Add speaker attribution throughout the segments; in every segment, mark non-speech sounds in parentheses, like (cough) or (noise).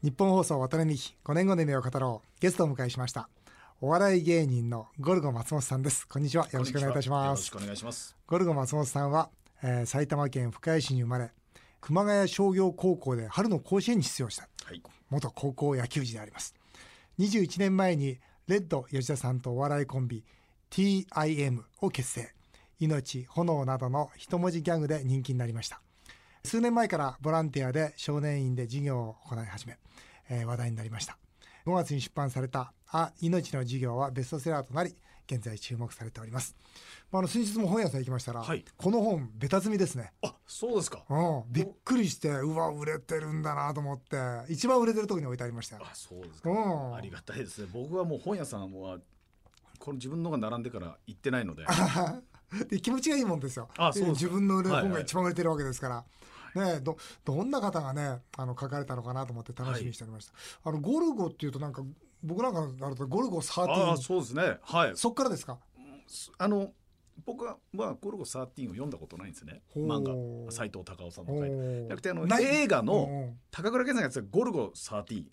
Speaker 1: 日本放送渡辺美希5年後の夢を語ろうゲストをお迎えしましたお笑い芸人のゴルゴ松本さんですこんにちはよろしくお願いいたし
Speaker 2: よ
Speaker 1: ま
Speaker 2: ろ
Speaker 1: す
Speaker 2: しくお願いします。
Speaker 1: ゴルゴ松本さんは、えー埼玉県深谷市に生まれ熊谷商業高校で春の甲子園に出場した
Speaker 2: はい。
Speaker 1: 元高校野球児であります21年前にレッド吉田さんとお笑いコンビ TIM を結成命炎などの一文字ギャグで人気になりました数年前からボランティアで少年院で授業を行い始め、えー話題になりました5月に出版された「あ命の授業」はベストセラーとなり現在注目されております、まあ、あの先日も本屋さん行きましたら、
Speaker 2: はい
Speaker 1: この本ベタ積みですね
Speaker 2: あ、そうですか。
Speaker 1: うん、びっくりしてうわ売れてるんだなと思って一番売れてるとこに置いてありましたよ
Speaker 2: あ、そうですか
Speaker 1: うん。
Speaker 2: ありがたいですね。僕はもう本屋さんはこの自分のが並んでから行ってないので、
Speaker 1: で気持ちがいいもんですよ
Speaker 2: あそうですか
Speaker 1: 自分の売れる
Speaker 2: はい
Speaker 1: 本
Speaker 2: は
Speaker 1: が
Speaker 2: い
Speaker 1: 一番売れてるわけですから、ね、どどんな方がねあの書かれたのかなと思って楽しみにしておりました、あのゴルゴっていうとなんか僕なんかあるとゴルゴ
Speaker 2: あ
Speaker 1: 13
Speaker 2: あ、そうですね。はい。
Speaker 1: そっからですか
Speaker 2: あの僕はまあゴルゴ13を読んだことないんですね。
Speaker 1: ほう
Speaker 2: 漫画斉藤隆夫さんの書いて。
Speaker 1: おー
Speaker 2: なくてあの
Speaker 1: ない
Speaker 2: 映画
Speaker 1: う
Speaker 2: の
Speaker 1: んうん
Speaker 2: 高倉健さんがやってたゴルゴ13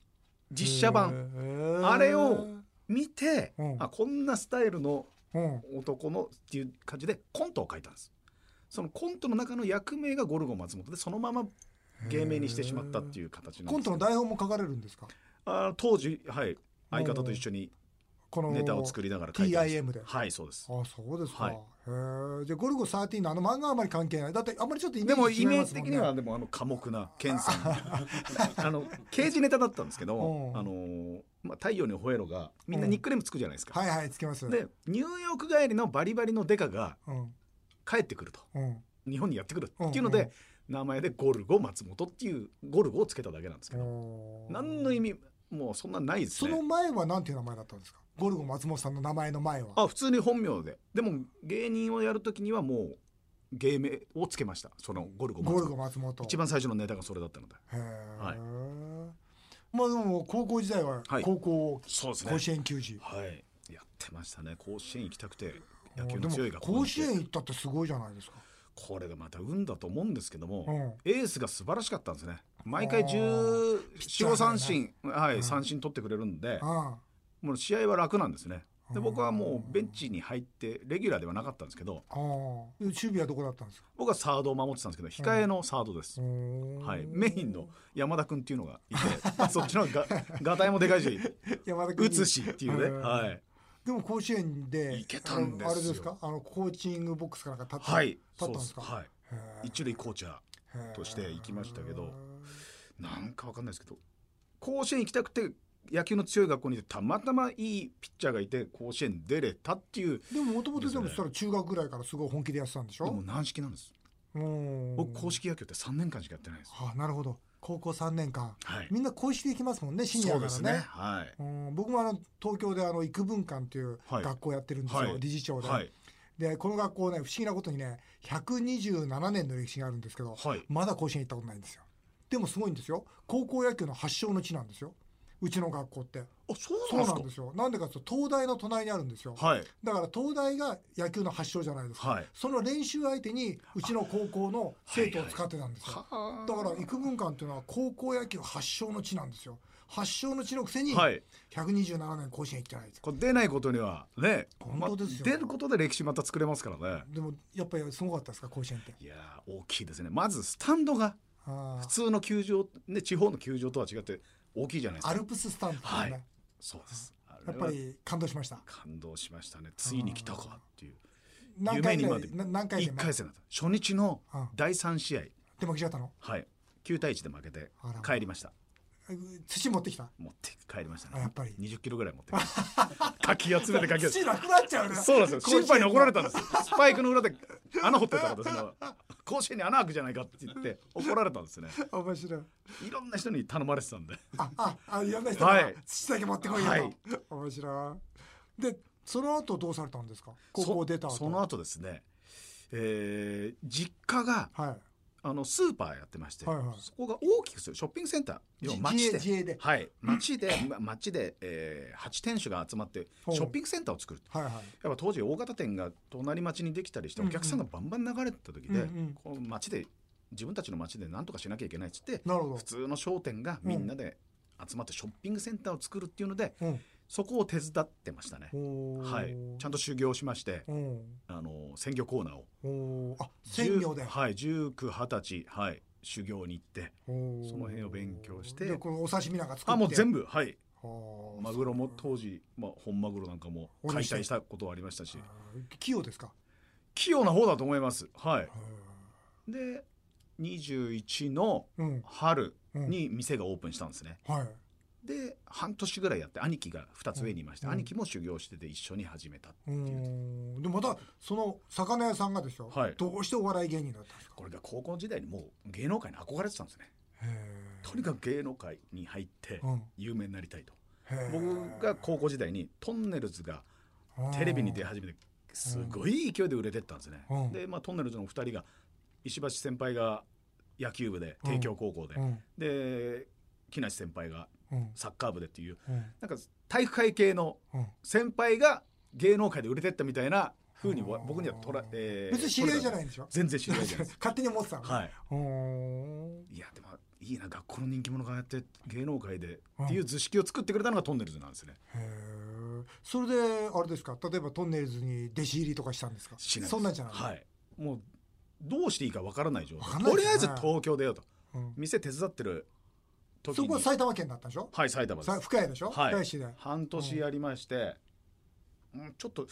Speaker 2: 実写版
Speaker 1: へー
Speaker 2: あれを見て、
Speaker 1: うん
Speaker 2: あこんなスタイルの
Speaker 1: うん
Speaker 2: 男のっていう感じでコントを書いたんですそのコントの中の役名がゴルゴ松本でそのまま芸名にしてしまったっていう形なん
Speaker 1: コ
Speaker 2: で
Speaker 1: ント
Speaker 2: すけど
Speaker 1: の台本も書かれるんですか
Speaker 2: あー当時はい相方と一緒に
Speaker 1: この
Speaker 2: ネタを作りながら書いてました
Speaker 1: TIM で
Speaker 2: はいそうです
Speaker 1: あそうですか、
Speaker 2: はい
Speaker 1: へえじゃあ「ゴルゴ13」のあの漫画はあまり関係ないだってあんまりちょっとイメ
Speaker 2: でも
Speaker 1: ージ
Speaker 2: イ
Speaker 1: 違い
Speaker 2: メ
Speaker 1: ま
Speaker 2: ー
Speaker 1: す
Speaker 2: ジ
Speaker 1: もん
Speaker 2: 的
Speaker 1: ね
Speaker 2: にはでもあの寡黙なケンさ
Speaker 1: (laughs)
Speaker 2: んあの刑事ネタだったんですけど、
Speaker 1: うん
Speaker 2: あのーまあ、太陽に吠えろがみんなニックネームつくじゃないですか、
Speaker 1: はいはいつけます
Speaker 2: でニューヨーク帰りのバリバリのデカが
Speaker 1: うん
Speaker 2: 帰ってくると
Speaker 1: うん
Speaker 2: 日本にやってくる
Speaker 1: うん
Speaker 2: っていうので、名前でゴルゴ松本っていうゴルゴをつけただけなんですけ
Speaker 1: うん
Speaker 2: ど、
Speaker 1: おー
Speaker 2: 何の意味もうそんなないです
Speaker 1: そ
Speaker 2: ね
Speaker 1: の前はなんていう名前だったんですかゴルゴ松本さんの名前の前は
Speaker 2: あ普通に本名ででも芸人をやるときにはもう芸名をつけましたそのゴルゴ松
Speaker 1: ゴ
Speaker 2: 本
Speaker 1: ルゴ松本
Speaker 2: 一番最初のネタがそれだったので
Speaker 1: へえ、
Speaker 2: はい
Speaker 1: まあでも高校時代は
Speaker 2: はい
Speaker 1: 高校、
Speaker 2: そうですね
Speaker 1: 甲子園球児、
Speaker 2: はいやってましたね甲子園行きたくて
Speaker 1: お
Speaker 2: 野球
Speaker 1: ー
Speaker 2: の強い
Speaker 1: でも
Speaker 2: 学校に
Speaker 1: 甲
Speaker 2: 行って
Speaker 1: 子園行ったってすごいじゃないですか、
Speaker 2: これがまた運だと思うんですけども、
Speaker 1: うん
Speaker 2: エースが素晴らしかったんですね毎回
Speaker 1: あーチャー
Speaker 2: 1415
Speaker 1: だね
Speaker 2: 三振、はい
Speaker 1: うん
Speaker 2: 三振取ってくれるんで、
Speaker 1: あ
Speaker 2: もう試合は楽なんですね
Speaker 1: う
Speaker 2: で
Speaker 1: ん
Speaker 2: 僕はもうベンチに入ってレギュラーではなかったんですけど
Speaker 1: あああ守備はどこだったんですか
Speaker 2: 僕はサードを守ってたんですけど控えのサードです、は、
Speaker 1: はい
Speaker 2: メインの山田君っていうのがいて、
Speaker 1: (laughs)
Speaker 2: まあ、そっちの方ががたいもでかいし
Speaker 1: 山田君
Speaker 2: 打つしっていうね、
Speaker 1: うん
Speaker 2: はい、
Speaker 1: でも甲子園で
Speaker 2: 行けたんですよ
Speaker 1: あのあれですかあのコーチングボックスかなんか立って、
Speaker 2: はい、
Speaker 1: 立
Speaker 2: そ
Speaker 1: ったん
Speaker 2: うで
Speaker 1: です
Speaker 2: す、
Speaker 1: か
Speaker 2: は
Speaker 1: へ
Speaker 2: い、一塁コーチャー
Speaker 1: ー
Speaker 2: として行きましたけどなんかわかんないですけど甲子園行きたくて野球の強い学校にいてたまたまいいピッチャーがいて甲子園出れたっていう
Speaker 1: でももともとでも
Speaker 2: ですね
Speaker 1: それ中学ぐらいからすごい本気でやってたんでし
Speaker 2: でも
Speaker 1: ょ
Speaker 2: 軟式なんです
Speaker 1: うん
Speaker 2: 僕硬式野球って3年間しかやってないです
Speaker 1: あなるほど高校3年間
Speaker 2: はい
Speaker 1: みんな公式で行きますもんねシニア
Speaker 2: そう
Speaker 1: か
Speaker 2: で
Speaker 1: ら
Speaker 2: す
Speaker 1: ね
Speaker 2: ねはい
Speaker 1: うん僕もあの東京であの幾分館という
Speaker 2: はい
Speaker 1: 学校やってるんですよ、
Speaker 2: はい
Speaker 1: 理事長で、
Speaker 2: はい
Speaker 1: でこの学校ね不思議なことにね127年の歴史があるんですけど、
Speaker 2: はい
Speaker 1: まだ甲子園行ったことないんですよでもすごいんですよ高校野球の発祥の地なんですようちの学校って
Speaker 2: あそう
Speaker 1: そう
Speaker 2: なん
Speaker 1: なん
Speaker 2: で
Speaker 1: ですすよなんでかというと東大の隣にあるんですよ、
Speaker 2: かはい
Speaker 1: だから東大が野球の発祥じゃないですか、
Speaker 2: はい
Speaker 1: その練習相手にうちの高校の生徒を使ってたんですよ、
Speaker 2: は
Speaker 1: だから幾分間っていうのは高校野球発祥の地なんですよ発祥の地のくせに
Speaker 2: はい
Speaker 1: 127年甲子園行ってないです
Speaker 2: これ出ないことにはね
Speaker 1: 本当ですよ
Speaker 2: ま出ることで歴史また作れますからね
Speaker 1: でもやっぱりすごかったですか甲子園って
Speaker 2: いやー大きいですねまずスタンドが
Speaker 1: あ
Speaker 2: 普通の球場、ね、地方の球場とは違って大きいじゃないで
Speaker 1: ーア
Speaker 2: すか
Speaker 1: ルプススタンドとかね、
Speaker 2: はいそうですあ
Speaker 1: やっ
Speaker 2: れ
Speaker 1: ぱ
Speaker 2: は
Speaker 1: り感動しました
Speaker 2: 感動しましたねついに来たかっていう
Speaker 1: 何回ぐらい
Speaker 2: 夢に
Speaker 1: な何回で
Speaker 2: 1回戦だった初日の
Speaker 1: うん
Speaker 2: 第3試合
Speaker 1: で負けちゃったの
Speaker 2: はい9対1で負けて
Speaker 1: あら
Speaker 2: 帰りました
Speaker 1: え土持ってきた
Speaker 2: 持って帰りました
Speaker 1: あ
Speaker 2: ね
Speaker 1: やっぱり
Speaker 2: 20キロぐらい持ってきました
Speaker 1: (laughs)
Speaker 2: かき集めてかき集
Speaker 1: 土
Speaker 2: めて
Speaker 1: なくなっちゃうね
Speaker 2: そうなんですよ審判に怒られたんですよスパイクの裏で穴掘ってたからその甲子園に穴開くじゃないかって言って怒られたんですね
Speaker 1: 面白い
Speaker 2: いろんな人に頼まれてたんで
Speaker 1: あ、あ、あ、いろんな人が、
Speaker 2: はい
Speaker 1: 土だけ持ってこいよと。
Speaker 2: はい
Speaker 1: 面白い。で、その後どうされたんですか。高校出た後。
Speaker 2: そその後ですね、えー実家が
Speaker 1: はい。
Speaker 2: あのスーパーやってまして、
Speaker 1: はいはい
Speaker 2: そこが大きくするショッピングセンター要は街
Speaker 1: 自
Speaker 2: で
Speaker 1: 自営で
Speaker 2: はい、街でま街で、え8店主が集まって
Speaker 1: ほう
Speaker 2: ショッピングセンターを作る
Speaker 1: はいはい。
Speaker 2: やっぱ当時大型店が隣町にできたりして
Speaker 1: うんう
Speaker 2: お
Speaker 1: ん
Speaker 2: 客さんがバンバン流れてた時で、
Speaker 1: うんうん
Speaker 2: この街で自分たちの街で何とかしなきゃいけないっつって
Speaker 1: なるほど
Speaker 2: 普。通の商店がみんなで集まってショッピングセンターを作るっていうので
Speaker 1: うん
Speaker 2: そこを手伝ってましたね。
Speaker 1: おー
Speaker 2: はい、ちゃんと修行しまして
Speaker 1: うん
Speaker 2: あの鮮魚コーナーを
Speaker 1: おーあ鮮魚で
Speaker 2: 10はい、1920歳、はい、修行に行って
Speaker 1: その
Speaker 2: その辺を勉強して
Speaker 1: でこのお刺身なんか作って
Speaker 2: あもう全
Speaker 1: 部
Speaker 2: 部はいマグロも当時、まあ、本マグロなんかも
Speaker 1: お願い
Speaker 2: 解
Speaker 1: して
Speaker 2: 体したことはありましたし
Speaker 1: 器用ですか
Speaker 2: 器用な方だと思いますは
Speaker 1: へ
Speaker 2: いで21の
Speaker 1: ーうん
Speaker 2: 春
Speaker 1: うん
Speaker 2: に店がオープンしたんですね
Speaker 1: はい
Speaker 2: で半年ぐらいやって兄貴が2つ上にいまして、
Speaker 1: うん
Speaker 2: 兄貴も修行してて一緒に始めた
Speaker 1: うーんでまたその魚屋さんがですよ、
Speaker 2: はい
Speaker 1: どうしてお笑い芸人だったんですか
Speaker 2: これが高校時代にもう芸能界に憧れてたんですね
Speaker 1: へー
Speaker 2: とにかく芸能界に入って
Speaker 1: うん
Speaker 2: 有名になりたいと
Speaker 1: へー
Speaker 2: 僕が高校時代にトンネルズが
Speaker 1: うん
Speaker 2: テレビに出始めてすごい勢いで売れてったんですね、
Speaker 1: うん
Speaker 2: で、まあ、トンネルズのお二人が石橋先輩が野球部で
Speaker 1: うん
Speaker 2: 帝京高校で、
Speaker 1: うん
Speaker 2: で木梨先輩が
Speaker 1: うん
Speaker 2: サッカー部でっていう
Speaker 1: うん
Speaker 2: なんか体育会系の
Speaker 1: うん
Speaker 2: 先輩が芸能界で売れてったみたいな風にわ
Speaker 1: うん
Speaker 2: 僕にはとら、えー
Speaker 1: 別に知り合いじゃないいんでしょ
Speaker 2: 全然知り合いじゃないで
Speaker 1: (laughs)
Speaker 2: す
Speaker 1: 勝手に思ってたの
Speaker 2: はい
Speaker 1: ほーん
Speaker 2: いやでもいいな学校の人気者がやって芸能界でっていう図式を作ってくれたのがトンネルズなんですね
Speaker 1: へーそれであれですか例えばトンネルズに弟子入りとかしたんですか
Speaker 2: しないです
Speaker 1: そんなんじゃない、
Speaker 2: はいもうどうしていいかわからない状
Speaker 1: わかん
Speaker 2: 態
Speaker 1: ない
Speaker 2: と
Speaker 1: で
Speaker 2: り
Speaker 1: す
Speaker 2: あ
Speaker 1: ね
Speaker 2: えず東京出ようと
Speaker 1: うん
Speaker 2: 店手伝ってる時
Speaker 1: そ
Speaker 2: に
Speaker 1: こは埼玉県だったんでしょ
Speaker 2: はい埼玉で
Speaker 1: さ
Speaker 2: す
Speaker 1: 深谷でしょ、
Speaker 2: はい
Speaker 1: 深谷市で
Speaker 2: 半年やりまして、うんちょっと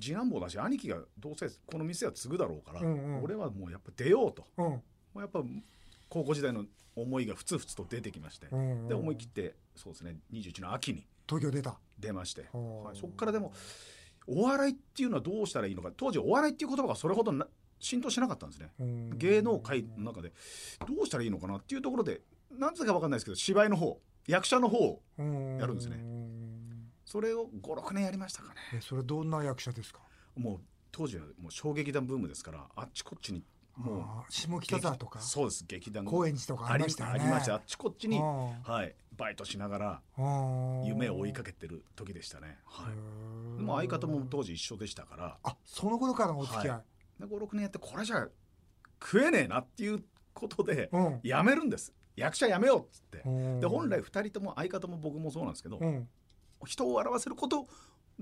Speaker 2: 次男坊だし兄貴がどうせこの店は継ぐだろうから、
Speaker 1: うんうん
Speaker 2: 俺はもうやっぱ出ようと
Speaker 1: うん
Speaker 2: もうやっぱ高校時代の思いがふつふつと出てきまして、
Speaker 1: うんうん
Speaker 2: で思い切ってそうですね21の秋に
Speaker 1: 東京出た
Speaker 2: 出まして、
Speaker 1: ほう
Speaker 2: はい、そこからでもお笑いっていうのはどうしたらいいのか当時お笑いっていう言葉がそれほどな浸透しなかったんですね
Speaker 1: うん
Speaker 2: 芸能界の中でどうしたらいいのかなっていうところでなぜか分かんないですけど芝居の方役者の方をやるんですね
Speaker 1: う
Speaker 2: それを56年やりましたかね
Speaker 1: えそれどんな役者ですか
Speaker 2: もう当時はもう衝撃弾ブームですからあっちこっちにもう
Speaker 1: あー下北沢とか
Speaker 2: そうです劇団
Speaker 1: 高円寺とかありましたよね
Speaker 2: ありましたあっちこっちに、
Speaker 1: うん
Speaker 2: はい、バイトしながら
Speaker 1: うん
Speaker 2: 夢を追いかけてる時でしたね、はい
Speaker 1: へー
Speaker 2: まあ、相方も当時一緒でしたから
Speaker 1: あその頃からのお付き合い、
Speaker 2: は56年やってこれじゃ食えねえなっていうことで
Speaker 1: うん
Speaker 2: やめるんです役者やめようっつって
Speaker 1: うん
Speaker 2: で本来2人とも相方も僕もそうなんですけど
Speaker 1: うん
Speaker 2: 人を笑わせること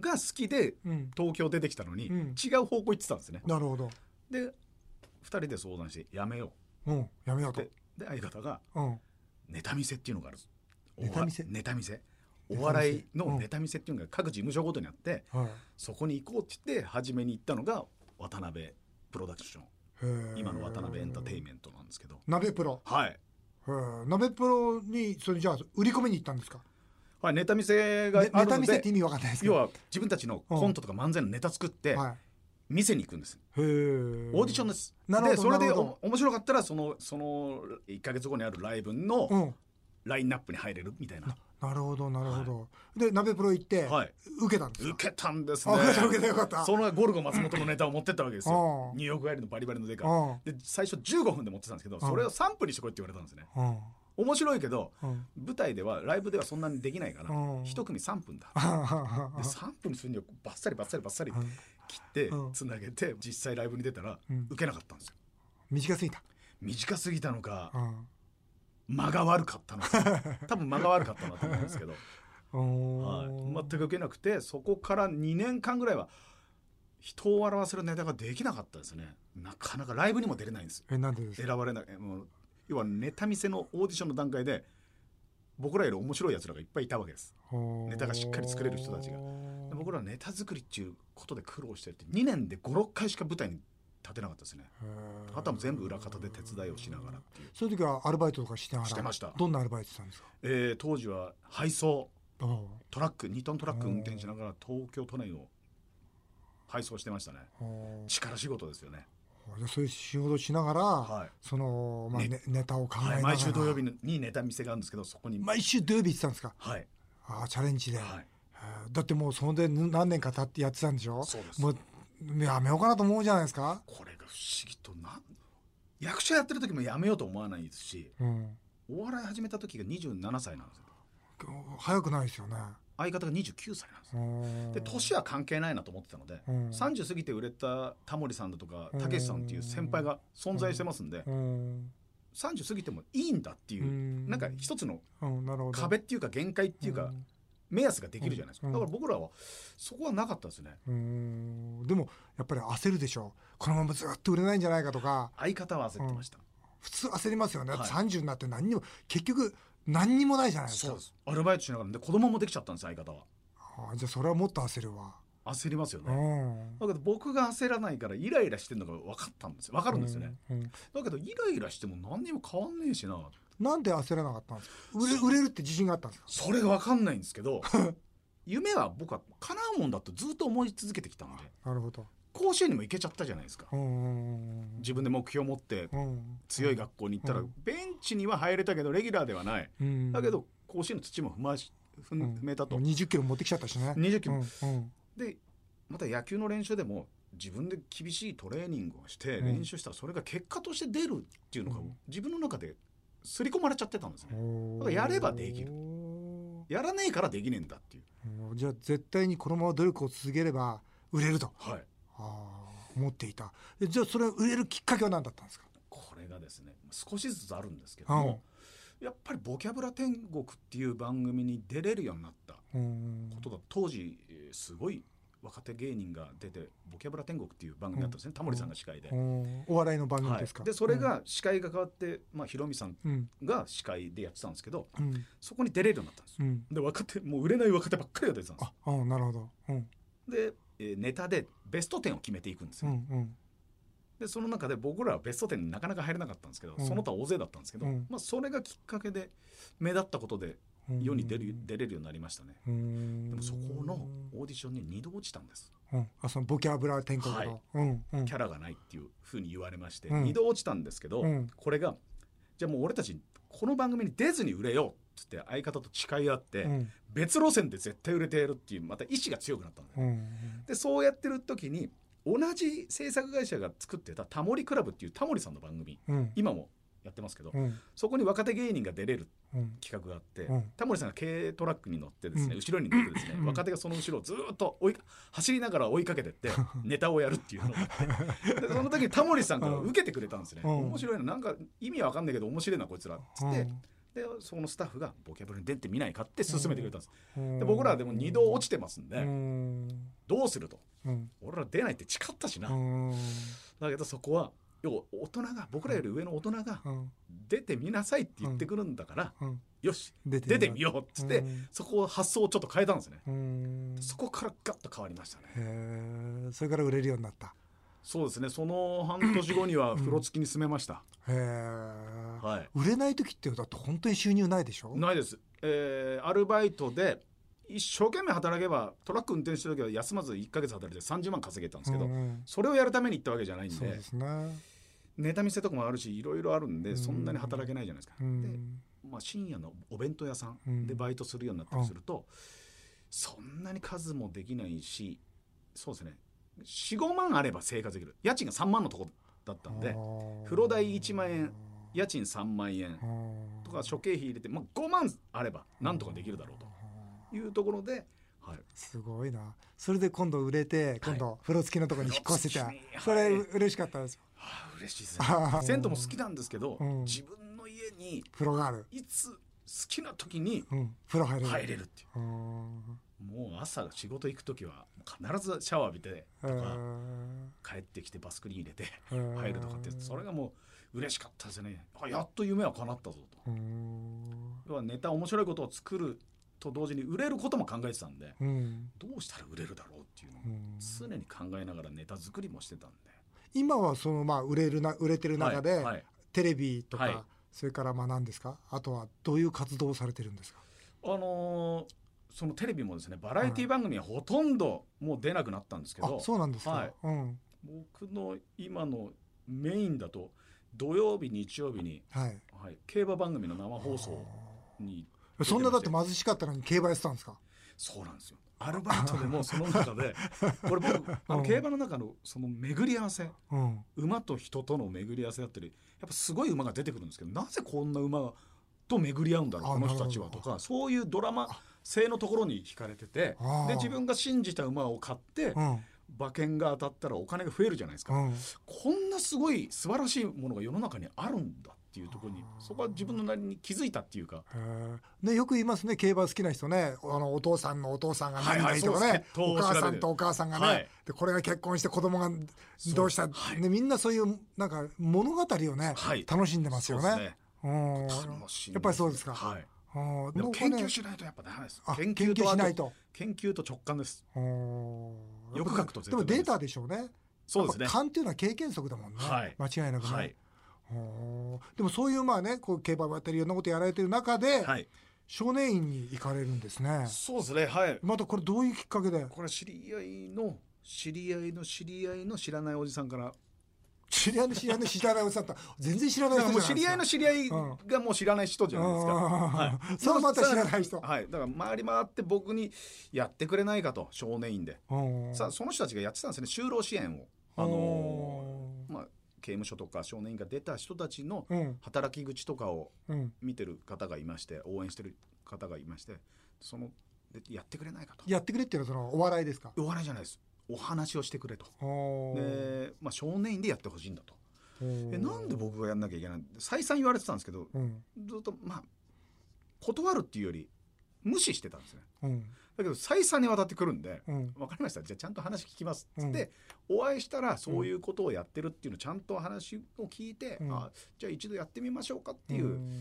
Speaker 2: が好きで
Speaker 1: うん
Speaker 2: 東京出てきたのに
Speaker 1: うん
Speaker 2: 違う方向行ってたんですね
Speaker 1: なるほど
Speaker 2: で2人で相談してやめよ
Speaker 1: うんやめよう
Speaker 2: う
Speaker 1: と
Speaker 2: でで相方が
Speaker 1: うん
Speaker 2: ネタ見せっていうのがあるお
Speaker 1: ネタ見せ
Speaker 2: ネタ見せ
Speaker 1: ネタ見せ
Speaker 2: お笑い
Speaker 1: うん
Speaker 2: のネタ見せっていうのが各事務所ごとにあって
Speaker 1: はい
Speaker 2: そこに行こうって言って初めに行ったのが渡辺プロダクション
Speaker 1: へー
Speaker 2: 今の渡辺エンターテインメントなんですけど
Speaker 1: 鍋プロ
Speaker 2: はい、
Speaker 1: へー鍋プロにそれじゃあ売り込みに行ったんですか
Speaker 2: はい、ネタ見せが
Speaker 1: ね
Speaker 2: あ
Speaker 1: ネ
Speaker 2: る
Speaker 1: タ
Speaker 2: の
Speaker 1: 見せっ
Speaker 2: で
Speaker 1: て意味わかんないですけ
Speaker 2: 要
Speaker 1: ど
Speaker 2: は自分たちのコントとか漫才のネタ作って
Speaker 1: はい
Speaker 2: 見せに行くんです
Speaker 1: へー
Speaker 2: オーディションです
Speaker 1: なるほ
Speaker 2: で
Speaker 1: ど
Speaker 2: それ
Speaker 1: な
Speaker 2: で
Speaker 1: るほ
Speaker 2: お面白かったらそのその1か月後にあるライブの
Speaker 1: うん
Speaker 2: ラインナップに入れるみたいな、
Speaker 1: なるほどなるほど、で鍋プロ行って、
Speaker 2: はい
Speaker 1: 受けたんですか
Speaker 2: 受けたんですね
Speaker 1: あ受けた受けたよかった
Speaker 2: そのゴルゴ松本のネタを持ってったわけですよ
Speaker 1: うん
Speaker 2: ニューヨーク帰りのバリバリのデカ
Speaker 1: うん
Speaker 2: で最初15分で持ってたんですけどそれを3分にしてこいって言われたんですね
Speaker 1: うん
Speaker 2: 面白いけど
Speaker 1: うん
Speaker 2: 舞台ではライブではそんなにできないか
Speaker 1: (laughs)
Speaker 2: ら
Speaker 1: うん
Speaker 2: 1組3分だ
Speaker 1: あははは
Speaker 2: で3分にするにはバッサリバッサリバッサリ
Speaker 1: うん
Speaker 2: 切って
Speaker 1: うん
Speaker 2: つなげて実際ライブに出たら
Speaker 1: うん
Speaker 2: 受けなかったんですよ
Speaker 1: 短すぎた、
Speaker 2: 短すぎたのか
Speaker 1: うん
Speaker 2: 間が悪かったの
Speaker 1: (laughs)
Speaker 2: か多分間が悪かったなと思うんですけど、はい、
Speaker 1: お
Speaker 2: 全
Speaker 1: ー
Speaker 2: く受けなくてそこから2年間ぐらいは人を笑わせるネタができなかったですねなかなかライブにも出れないんです
Speaker 1: えなんでです
Speaker 2: 選
Speaker 1: か
Speaker 2: ばれないもう要はネタ見せのオーディションの段階で僕らより面白いやつらがいっぱいいたわけです
Speaker 1: ネ
Speaker 2: ネタがしっかり作れる人たちがで僕らはネタ作りっていうことで苦労してって2年で56回しか舞台に立てなかったですねあとはもう全部裏方で手伝いをしながらっていう、
Speaker 1: そういう時はアルバイトとかしてながら
Speaker 2: してました
Speaker 1: どんなアルバイトしたんですか
Speaker 2: えー当時は配送
Speaker 1: あー
Speaker 2: トラック2トントラック運転しながら東京都内を配送してましたね
Speaker 1: あー
Speaker 2: 力仕事ですよね、
Speaker 1: じゃあそういう仕事しながら、
Speaker 2: はい
Speaker 1: その、まあね
Speaker 2: ね
Speaker 1: ネタを考えなが
Speaker 2: は
Speaker 1: ら
Speaker 2: い、毎週土曜日にネタ見せがあるんですけどそこに、
Speaker 1: 毎週土曜日行ってたんですか
Speaker 2: はい、
Speaker 1: あーチャレンジで、
Speaker 2: はい
Speaker 1: えーだってもうそんで何年か経ってやってたんでしょ
Speaker 2: そうです
Speaker 1: もうやめようかなと思うじゃないですか
Speaker 2: これが不思議となん役者やってる時もやめようと思わないですし
Speaker 1: うん
Speaker 2: お笑い始めた時が27歳なんですよ
Speaker 1: 早くないですよね
Speaker 2: 相方が29歳なんです
Speaker 1: う
Speaker 2: よ
Speaker 1: ーん
Speaker 2: で年は関係ないなと思ってたので、
Speaker 1: うん
Speaker 2: 30過ぎて売れたタモリさんだとかたけしさんっていう先輩が存在してますんで、
Speaker 1: うん
Speaker 2: 30過ぎてもいいんだっていうう、
Speaker 1: ん
Speaker 2: なんか一つの
Speaker 1: うんなるほど
Speaker 2: 壁っていうか限界っていうか、目安ができるじゃないですか、
Speaker 1: うん
Speaker 2: だから僕らはそこはなかったですね
Speaker 1: うんうんでもやっぱり焦るでしょこのままずっと売れないんじゃないかとか
Speaker 2: 相方は焦ってました、
Speaker 1: 普通焦りますよね、
Speaker 2: はい
Speaker 1: 30になって何にも結局何にもないじゃないです
Speaker 2: そう
Speaker 1: か
Speaker 2: ですアルバイトしながらで子供もできちゃったんです相方は
Speaker 1: あーじゃあそれはもっと焦るわ、
Speaker 2: 焦りますよ
Speaker 1: う
Speaker 2: ね、
Speaker 1: ん
Speaker 2: だけど僕が焦らないからイライラしてるのが分かったんですよ分かるんですよね、
Speaker 1: うんうん
Speaker 2: だけどイライラしても何にも変わんねえしな
Speaker 1: なんで焦らなかったんですか売れ売れるって自信があったんですか
Speaker 2: それが分かんないんです
Speaker 1: (laughs)
Speaker 2: けど夢は僕は叶うもんだとずっと思い続けてきたので
Speaker 1: なるほど、
Speaker 2: 甲子園にも行けちゃったじゃないですか
Speaker 1: うんうんうん
Speaker 2: 自分で目標を持って
Speaker 1: うん、
Speaker 2: 強い学校に行ったら、
Speaker 1: うん
Speaker 2: ベンチには入れたけどレギュラーではない、
Speaker 1: うん
Speaker 2: だけど甲子園の土も踏まし踏ん
Speaker 1: うん
Speaker 2: 踏めたと、
Speaker 1: 20キロ持ってきちゃったしね
Speaker 2: 20キロ、
Speaker 1: うんうん
Speaker 2: でまた野球の練習でも自分で厳しいトレーニングをして
Speaker 1: うん
Speaker 2: 練習したらそれが結果として出るっていうのが
Speaker 1: うん
Speaker 2: 自分の中で刷り込まれちゃってたんですね、
Speaker 1: おー
Speaker 2: やればできる
Speaker 1: お
Speaker 2: やらねえからできねえんだっていう
Speaker 1: ーじゃあ絶対にこのまま努力を続ければ売れると
Speaker 2: はい
Speaker 1: あー思っていたえじゃあそれ売れるきっかけは何だったんですか
Speaker 2: これがですね少しずつあるんですけども、やっぱり「ボキャブラ天国」っていう番組に出れるようになった
Speaker 1: うん
Speaker 2: ことが当時えーすごい若手芸人が出て「ボキャブラ天国」っていう番組だったんですね、タモリさんが司会で。
Speaker 1: うんお笑いの番組
Speaker 2: は
Speaker 1: ですか、
Speaker 2: い、でそれが司会が変わって、まあ、ひろみさん
Speaker 1: うん
Speaker 2: が司会でやってたんですけど
Speaker 1: うん
Speaker 2: そこに出れるようになったんです
Speaker 1: う
Speaker 2: よ
Speaker 1: ん
Speaker 2: で若手もう売れない若手ばっかりが出てたんです
Speaker 1: ああなるほどうん
Speaker 2: よで、えーネタでベスト10を決めていくんです
Speaker 1: う
Speaker 2: よ、
Speaker 1: んうん
Speaker 2: でその中で僕らはベスト10になかなか入れなかったんですけど、
Speaker 1: うん
Speaker 2: その他大勢だったんですけど、
Speaker 1: うん
Speaker 2: まあ、それがきっかけで目立ったことで
Speaker 1: うん
Speaker 2: 世に出る出れるようになりましたね
Speaker 1: うん
Speaker 2: でもそこのオーディションに2度落ちたんです
Speaker 1: うんあそのボキャブラ天国の、
Speaker 2: はい
Speaker 1: うんうん
Speaker 2: キャラがないっていうふうに言われまして、
Speaker 1: うん
Speaker 2: 2度落ちたんですけど、
Speaker 1: うん
Speaker 2: これがじゃあもう俺たちこの番組に出ずに売れようっつって相方と誓い合って、
Speaker 1: うん
Speaker 2: 別路線で絶対売れてやるっていうまた意志が強くなったんだよ、
Speaker 1: うんうん
Speaker 2: でそうやってる時に同じ制作会社が作ってた「タモリクラブ」っていうタモリさんの番組
Speaker 1: うん
Speaker 2: 今もやってますけど、
Speaker 1: うん
Speaker 2: そこに若手芸人が出れる
Speaker 1: うん
Speaker 2: 企画があって、
Speaker 1: うん
Speaker 2: タモリさんが軽トラックに乗ってですね、
Speaker 1: うん
Speaker 2: 後ろに乗ってですね、
Speaker 1: うん
Speaker 2: 若手がその後ろをずーっと追い走りながら追いかけてってネタをやるっていうのがあってでその時にタモリさんから受けてくれたんですね、
Speaker 1: うん
Speaker 2: 面白いななんか意味わかんないけど面白いなこいつらっつって、でそのスタッフがボキャブルに出てみないかって勧めてくれたんです、
Speaker 1: うん
Speaker 2: で僕らはでも2度落ちてますんで、
Speaker 1: うん
Speaker 2: どうすると
Speaker 1: うん
Speaker 2: 俺ら出ないって誓ったしな、
Speaker 1: うん
Speaker 2: だけどそこは要は大人が僕らより上の大人が
Speaker 1: うん
Speaker 2: 出てみなさいって言ってくるんだから、
Speaker 1: うん
Speaker 2: よし
Speaker 1: 出
Speaker 2: 出てみようっつって、
Speaker 1: うん
Speaker 2: そこを発想をちょっと変えたんですね、
Speaker 1: うん
Speaker 2: そこからガッと変わりましたね
Speaker 1: へえそれから売れるようになった
Speaker 2: そうですねその半年後には風呂付きに住めました、
Speaker 1: へえ、
Speaker 2: はい
Speaker 1: 売れない時ってだって本当に収入ないでしょ
Speaker 2: ないです、えーアルバイトで一生懸命働けばトラック運転してる時は休まず1か月働いて30万稼げたんですけど、
Speaker 1: うんうん
Speaker 2: それをやるために行ったわけじゃないん
Speaker 1: そう
Speaker 2: で
Speaker 1: ですね
Speaker 2: ネタ見せとかもあるしいろいろあるん
Speaker 1: う
Speaker 2: で
Speaker 1: ん
Speaker 2: そんなに働けないじゃないですか、
Speaker 1: う
Speaker 2: で
Speaker 1: ん
Speaker 2: まあ、深夜のお弁当屋さ
Speaker 1: うんん
Speaker 2: でバイトするようになったりすると、そんなに数もできないしそうですね45万あれば生活できる家賃が3万のとこだったんで風呂代1万円家賃3万円とか諸経費入れて、まあ、5万あればなんとかできるだろうというところで、はい、
Speaker 1: すごいなそれで今度売れて今度風呂付きのところに引っ越せた、
Speaker 2: 風呂付きに
Speaker 1: それ
Speaker 2: はいう
Speaker 1: 嬉しかったですよ
Speaker 2: ああ嬉しいですね
Speaker 1: あー
Speaker 2: 銭湯も好きなんですけど、
Speaker 1: うん
Speaker 2: 自分の家に
Speaker 1: 風呂がある、
Speaker 2: いつ好きな時に
Speaker 1: うん、風呂入れる
Speaker 2: 入れるってい
Speaker 1: う
Speaker 2: う
Speaker 1: ん
Speaker 2: もう朝仕事行く時は必ずシャワー浴びてと
Speaker 1: へ
Speaker 2: か
Speaker 1: ー
Speaker 2: 帰ってきてバスクリーン入れて
Speaker 1: へー
Speaker 2: 入るとかってそれがもう嬉しかったですねあやっと夢は叶ったぞ
Speaker 1: う
Speaker 2: と
Speaker 1: ん
Speaker 2: 要はネタ面白いことを作ると同時に売れることも考えてたんで
Speaker 1: うん
Speaker 2: どうしたら売れるだろうっていうのを
Speaker 1: うん
Speaker 2: 常に考えながらネタ作りもしてたんで
Speaker 1: 今はそのまあ売れるな売れてる中で、
Speaker 2: はいはい
Speaker 1: テレビとか、
Speaker 2: はい
Speaker 1: それからまあ何ですかあとはどういう活動をされてるんですか
Speaker 2: あのーそのテレビもですねバラエティ番組はほとんどもう出なくなったんですけ
Speaker 1: あ
Speaker 2: ど
Speaker 1: そうなんですか、
Speaker 2: はい
Speaker 1: うん
Speaker 2: 僕の今のメインだと土曜日日曜日に、
Speaker 1: はい
Speaker 2: はい、競馬番組の生放送に
Speaker 1: そんなだって貧しかったのに競馬やってたんですか
Speaker 2: そうなんですよ。アルバイトでもその中で、 (laughs) これ僕、あの競馬の中のその巡り合わせ、
Speaker 1: うん
Speaker 2: 馬と人との巡り合わせだったり、やっぱすごい馬が出てくるんですけど、なぜこんな馬と巡り合うんだろう、
Speaker 1: あ
Speaker 2: この人たち
Speaker 1: な
Speaker 2: は
Speaker 1: るほ
Speaker 2: と
Speaker 1: ど
Speaker 2: か、そういうドラマ性のところに惹かれてて
Speaker 1: あ、ー
Speaker 2: で、自分が信じた馬を買って
Speaker 1: う、ん
Speaker 2: 馬券が当たったらお金が増えるじゃないです
Speaker 1: う
Speaker 2: か。
Speaker 1: ん
Speaker 2: こんなすごい素晴らしいものが世の中にあるんだっっていうところにそこは自分のなりに気づいたっていうか
Speaker 1: へーね、よく言いますね競馬好きな人ねあのお父さんのお父さんが何々とかね、
Speaker 2: はいはいそう
Speaker 1: お
Speaker 2: です血
Speaker 1: 母
Speaker 2: 統を調べる
Speaker 1: さんとお母さんがね、
Speaker 2: はい
Speaker 1: でこれが結婚して子供がどうした
Speaker 2: はい
Speaker 1: ね、みんなそういうなんか物語をね、
Speaker 2: はい
Speaker 1: 楽しんでますよね。
Speaker 2: そうですね
Speaker 1: うん
Speaker 2: 楽しいん
Speaker 1: やっぱりそうですか。
Speaker 2: はい
Speaker 1: うん
Speaker 2: でも
Speaker 1: 僕
Speaker 2: 研
Speaker 1: はね
Speaker 2: 究しないとやっぱダメです
Speaker 1: あ
Speaker 2: 研
Speaker 1: 研
Speaker 2: 究と
Speaker 1: 究
Speaker 2: あ
Speaker 1: しない
Speaker 2: と
Speaker 1: と。
Speaker 2: 研究と直感です
Speaker 1: うん
Speaker 2: よく書くと絶
Speaker 1: でも
Speaker 2: 対
Speaker 1: デー
Speaker 2: ダ
Speaker 1: タでしょうね。
Speaker 2: そうですね
Speaker 1: やっぱ勘っていうのは経験則だもんね。
Speaker 2: はい
Speaker 1: 間違いなくね。
Speaker 2: はい
Speaker 1: うんでもそういうまあねこう競馬をやったりいろんなことやられてる中で、
Speaker 2: はい
Speaker 1: 少年院に行かれるんですね。
Speaker 2: そうですねはい
Speaker 1: またこれどういうきっかけで
Speaker 2: これ知り合いの知り合いの知り合いの知らないおじさんから
Speaker 1: 知り合いの知り合いの知らないおじさんだった全然知らない
Speaker 2: だか
Speaker 1: 人じゃないで
Speaker 2: らもう
Speaker 1: すか
Speaker 2: 知り合いの知り合いがもう知らない人じゃないですか、は
Speaker 1: うん (laughs) それはまた知らない人
Speaker 2: はい、だから回り回って僕にやってくれないかと少年院で、
Speaker 1: うん
Speaker 2: さあその人たちがやってたんですね就労支援を、あのーまあ、刑務所とか少年院が出た人たちの
Speaker 1: うん
Speaker 2: 働き口とかを
Speaker 1: うん
Speaker 2: 見てる方がいまして応援してる方がいましてそのでやってくれないかと
Speaker 1: やってくれっていうのはそのお笑いですか
Speaker 2: お笑いじゃないですお話をしてくれと、
Speaker 1: おー
Speaker 2: でまあ、少年院でやってほしいんだと
Speaker 1: おー
Speaker 2: えなんで僕がやんなきゃいけない再三言われてたんですけど
Speaker 1: うん
Speaker 2: ずっとまあ断るっていうより無視してたんですね
Speaker 1: うん
Speaker 2: だけど再三にわたってくるんで
Speaker 1: うん
Speaker 2: 分かりましたじゃあちゃんと話聞きますっつって、お会いしたらそういうことをやってるっていうのをちゃんと話を聞いて、
Speaker 1: うん
Speaker 2: あじゃあ一度やってみましょうかっていう、
Speaker 1: ん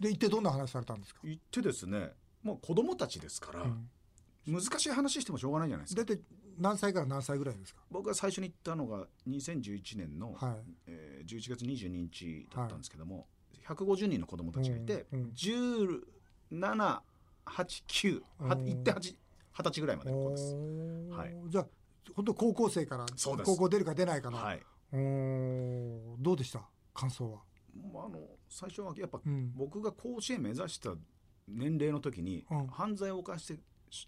Speaker 1: で一体どんな話されたんですか
Speaker 2: 言ってですねまあ子供たちですから、
Speaker 1: うん
Speaker 2: 難しい話してもしょうがないじゃないですか
Speaker 1: 大体何歳から何歳ぐらいですか
Speaker 2: 僕が最初に行ったのが2011年の、
Speaker 1: はい
Speaker 2: えー11月22日だったんですけども、150人の子供たちがいて、
Speaker 1: うんうん
Speaker 2: 1789は
Speaker 1: うん
Speaker 2: 行って8 20歳ぐらいまでの子です。
Speaker 1: おー
Speaker 2: はい
Speaker 1: じゃあ本当高校生から
Speaker 2: そうです
Speaker 1: 高校出るか出ないかの、
Speaker 2: はい
Speaker 1: おーどうでした感想は、
Speaker 2: まああの最初はやっぱ
Speaker 1: うん、
Speaker 2: 僕が甲子園目指した年齢の時に
Speaker 1: うん
Speaker 2: 犯罪を犯して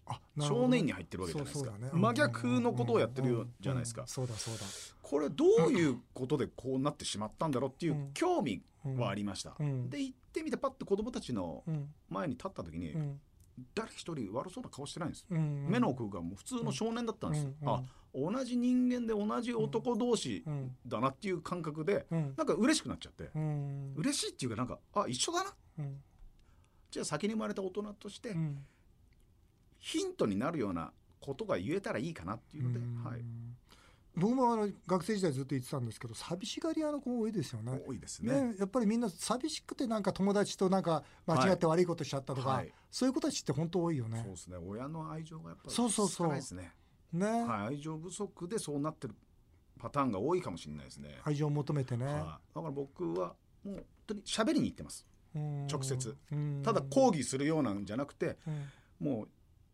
Speaker 1: あなるほど
Speaker 2: 少年院に入ってるわけじゃないですか
Speaker 1: そうそうだねうん
Speaker 2: 真逆のことをやってるようじゃないです
Speaker 1: うん
Speaker 2: か
Speaker 1: そうだそうだ、
Speaker 2: これどういうことでこうなってしまったんだろうっていううん興味
Speaker 1: うん
Speaker 2: はありました
Speaker 1: うん
Speaker 2: で行ってみてパッと子供たちの
Speaker 1: うん
Speaker 2: 前に立った時に
Speaker 1: うん
Speaker 2: 誰一人悪そうな顔してないんです
Speaker 1: うん
Speaker 2: 目の奥がもう普通の少年だったんで
Speaker 1: う
Speaker 2: す
Speaker 1: ん
Speaker 2: あ同じ人間で同じ男同士
Speaker 1: うん
Speaker 2: だなっていう感覚で
Speaker 1: うん
Speaker 2: なんか嬉しくなっちゃって
Speaker 1: うん
Speaker 2: 嬉しいっていうかなんかあ一緒だな
Speaker 1: うん
Speaker 2: じゃあ先に生まれた大人として
Speaker 1: うん
Speaker 2: ヒントになるようなことが言えたらいいかなっていうので、
Speaker 1: うん
Speaker 2: はい、
Speaker 1: 僕もあの学生時代ずっと言ってたんですけど寂しがり屋の子多いですよね
Speaker 2: 多いですね。
Speaker 1: ね、やっぱりみんな寂しくてなんか友達となんか間違って悪いことしちゃったとか、
Speaker 2: はい
Speaker 1: そういう子たちって本当多いよ
Speaker 2: そう
Speaker 1: ね。
Speaker 2: ですね。親の愛情がやっぱり
Speaker 1: そうそうそう
Speaker 2: 少ないですね。
Speaker 1: ね、
Speaker 2: はい、愛情不足でそうなってるパターンが多いかもしれないですね。
Speaker 1: 愛情を求めてね、
Speaker 2: はい、だから僕はもう本当に喋りに行ってます。
Speaker 1: うん
Speaker 2: 直接、
Speaker 1: うん
Speaker 2: ただ抗議するようなんじゃなくて、
Speaker 1: うん
Speaker 2: もう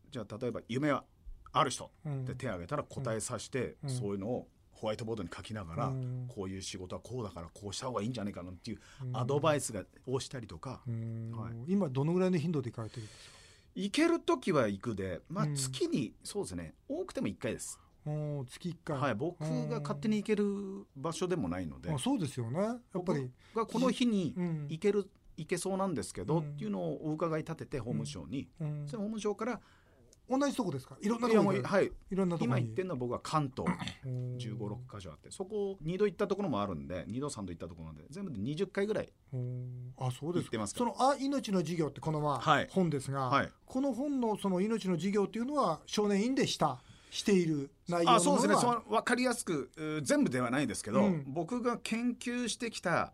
Speaker 2: じゃあ例えば夢はある人
Speaker 1: うん
Speaker 2: で手を挙げたら答えさせて、
Speaker 1: うん
Speaker 2: そういうのをホワイトボードに書きながら、
Speaker 1: うん
Speaker 2: こういう仕事はこうだからこうした方がいいんじゃないかなっていう
Speaker 1: うん
Speaker 2: アドバイスがをしたりとか、
Speaker 1: うん
Speaker 2: はい
Speaker 1: 今どのぐらいの頻度で行かれてるんですか
Speaker 2: 行ける時は行くで、まあ、
Speaker 1: うん
Speaker 2: 月に、そうですね多くても1回です、
Speaker 1: おー月1回、
Speaker 2: はい、僕が勝手に行ける場所でもないので
Speaker 1: あそうですよねやっぱり、
Speaker 2: 僕がこの日に
Speaker 1: うん
Speaker 2: 行ける行けそうなんですけど、
Speaker 1: うん
Speaker 2: っていうのをお伺い立てて法務省に、
Speaker 1: うん
Speaker 2: それ法務省から
Speaker 1: 同じとこですかいろんないと
Speaker 2: や
Speaker 1: こ
Speaker 2: も
Speaker 1: に
Speaker 2: うはい、
Speaker 1: いろんなとこ
Speaker 2: 今
Speaker 1: に
Speaker 2: 行ってるのは僕は関東1 5 6箇所あってそこ2度行ったところもあるんで2度3度行ったところなんで全部で20回ぐらい
Speaker 1: うんあそうで
Speaker 2: 行っ
Speaker 1: すか
Speaker 2: てますか
Speaker 1: そ
Speaker 2: ら
Speaker 1: の「あ命の授業」ってこのま
Speaker 2: はい
Speaker 1: 本ですが、
Speaker 2: はい
Speaker 1: この本のその命の授業っていうのは少年院でしたしている内容
Speaker 2: あ
Speaker 1: の
Speaker 2: そうです
Speaker 1: も
Speaker 2: ね
Speaker 1: の
Speaker 2: そ
Speaker 1: が
Speaker 2: の分かりやすくうー全部ではないですけど、
Speaker 1: うん
Speaker 2: 僕が研究してきた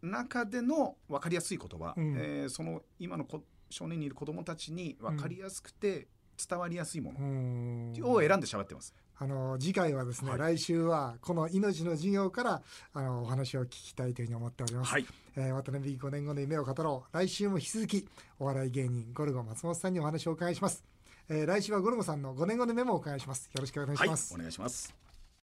Speaker 2: 中での分かりやすい言葉、
Speaker 1: うん
Speaker 2: えーその今の子少年にいる子どもたちに分かりやすくて伝わりやすいもの
Speaker 1: うん
Speaker 2: を選んで喋ってます。
Speaker 1: あの次回はですね、
Speaker 2: は
Speaker 1: 来
Speaker 2: い
Speaker 1: 週はこの命の授業からあのお話を聞きたいというふうに思っております、
Speaker 2: はい、
Speaker 1: えー渡辺美5年後の夢を語ろう来週も引き続きお笑い芸人ゴルゴ松本さんにお話をお伺いします、えー来週はゴルゴさんの5年後の夢もお伺いしますよろしくお願い
Speaker 2: は
Speaker 1: し
Speaker 2: い、
Speaker 1: ます、
Speaker 2: お願いします。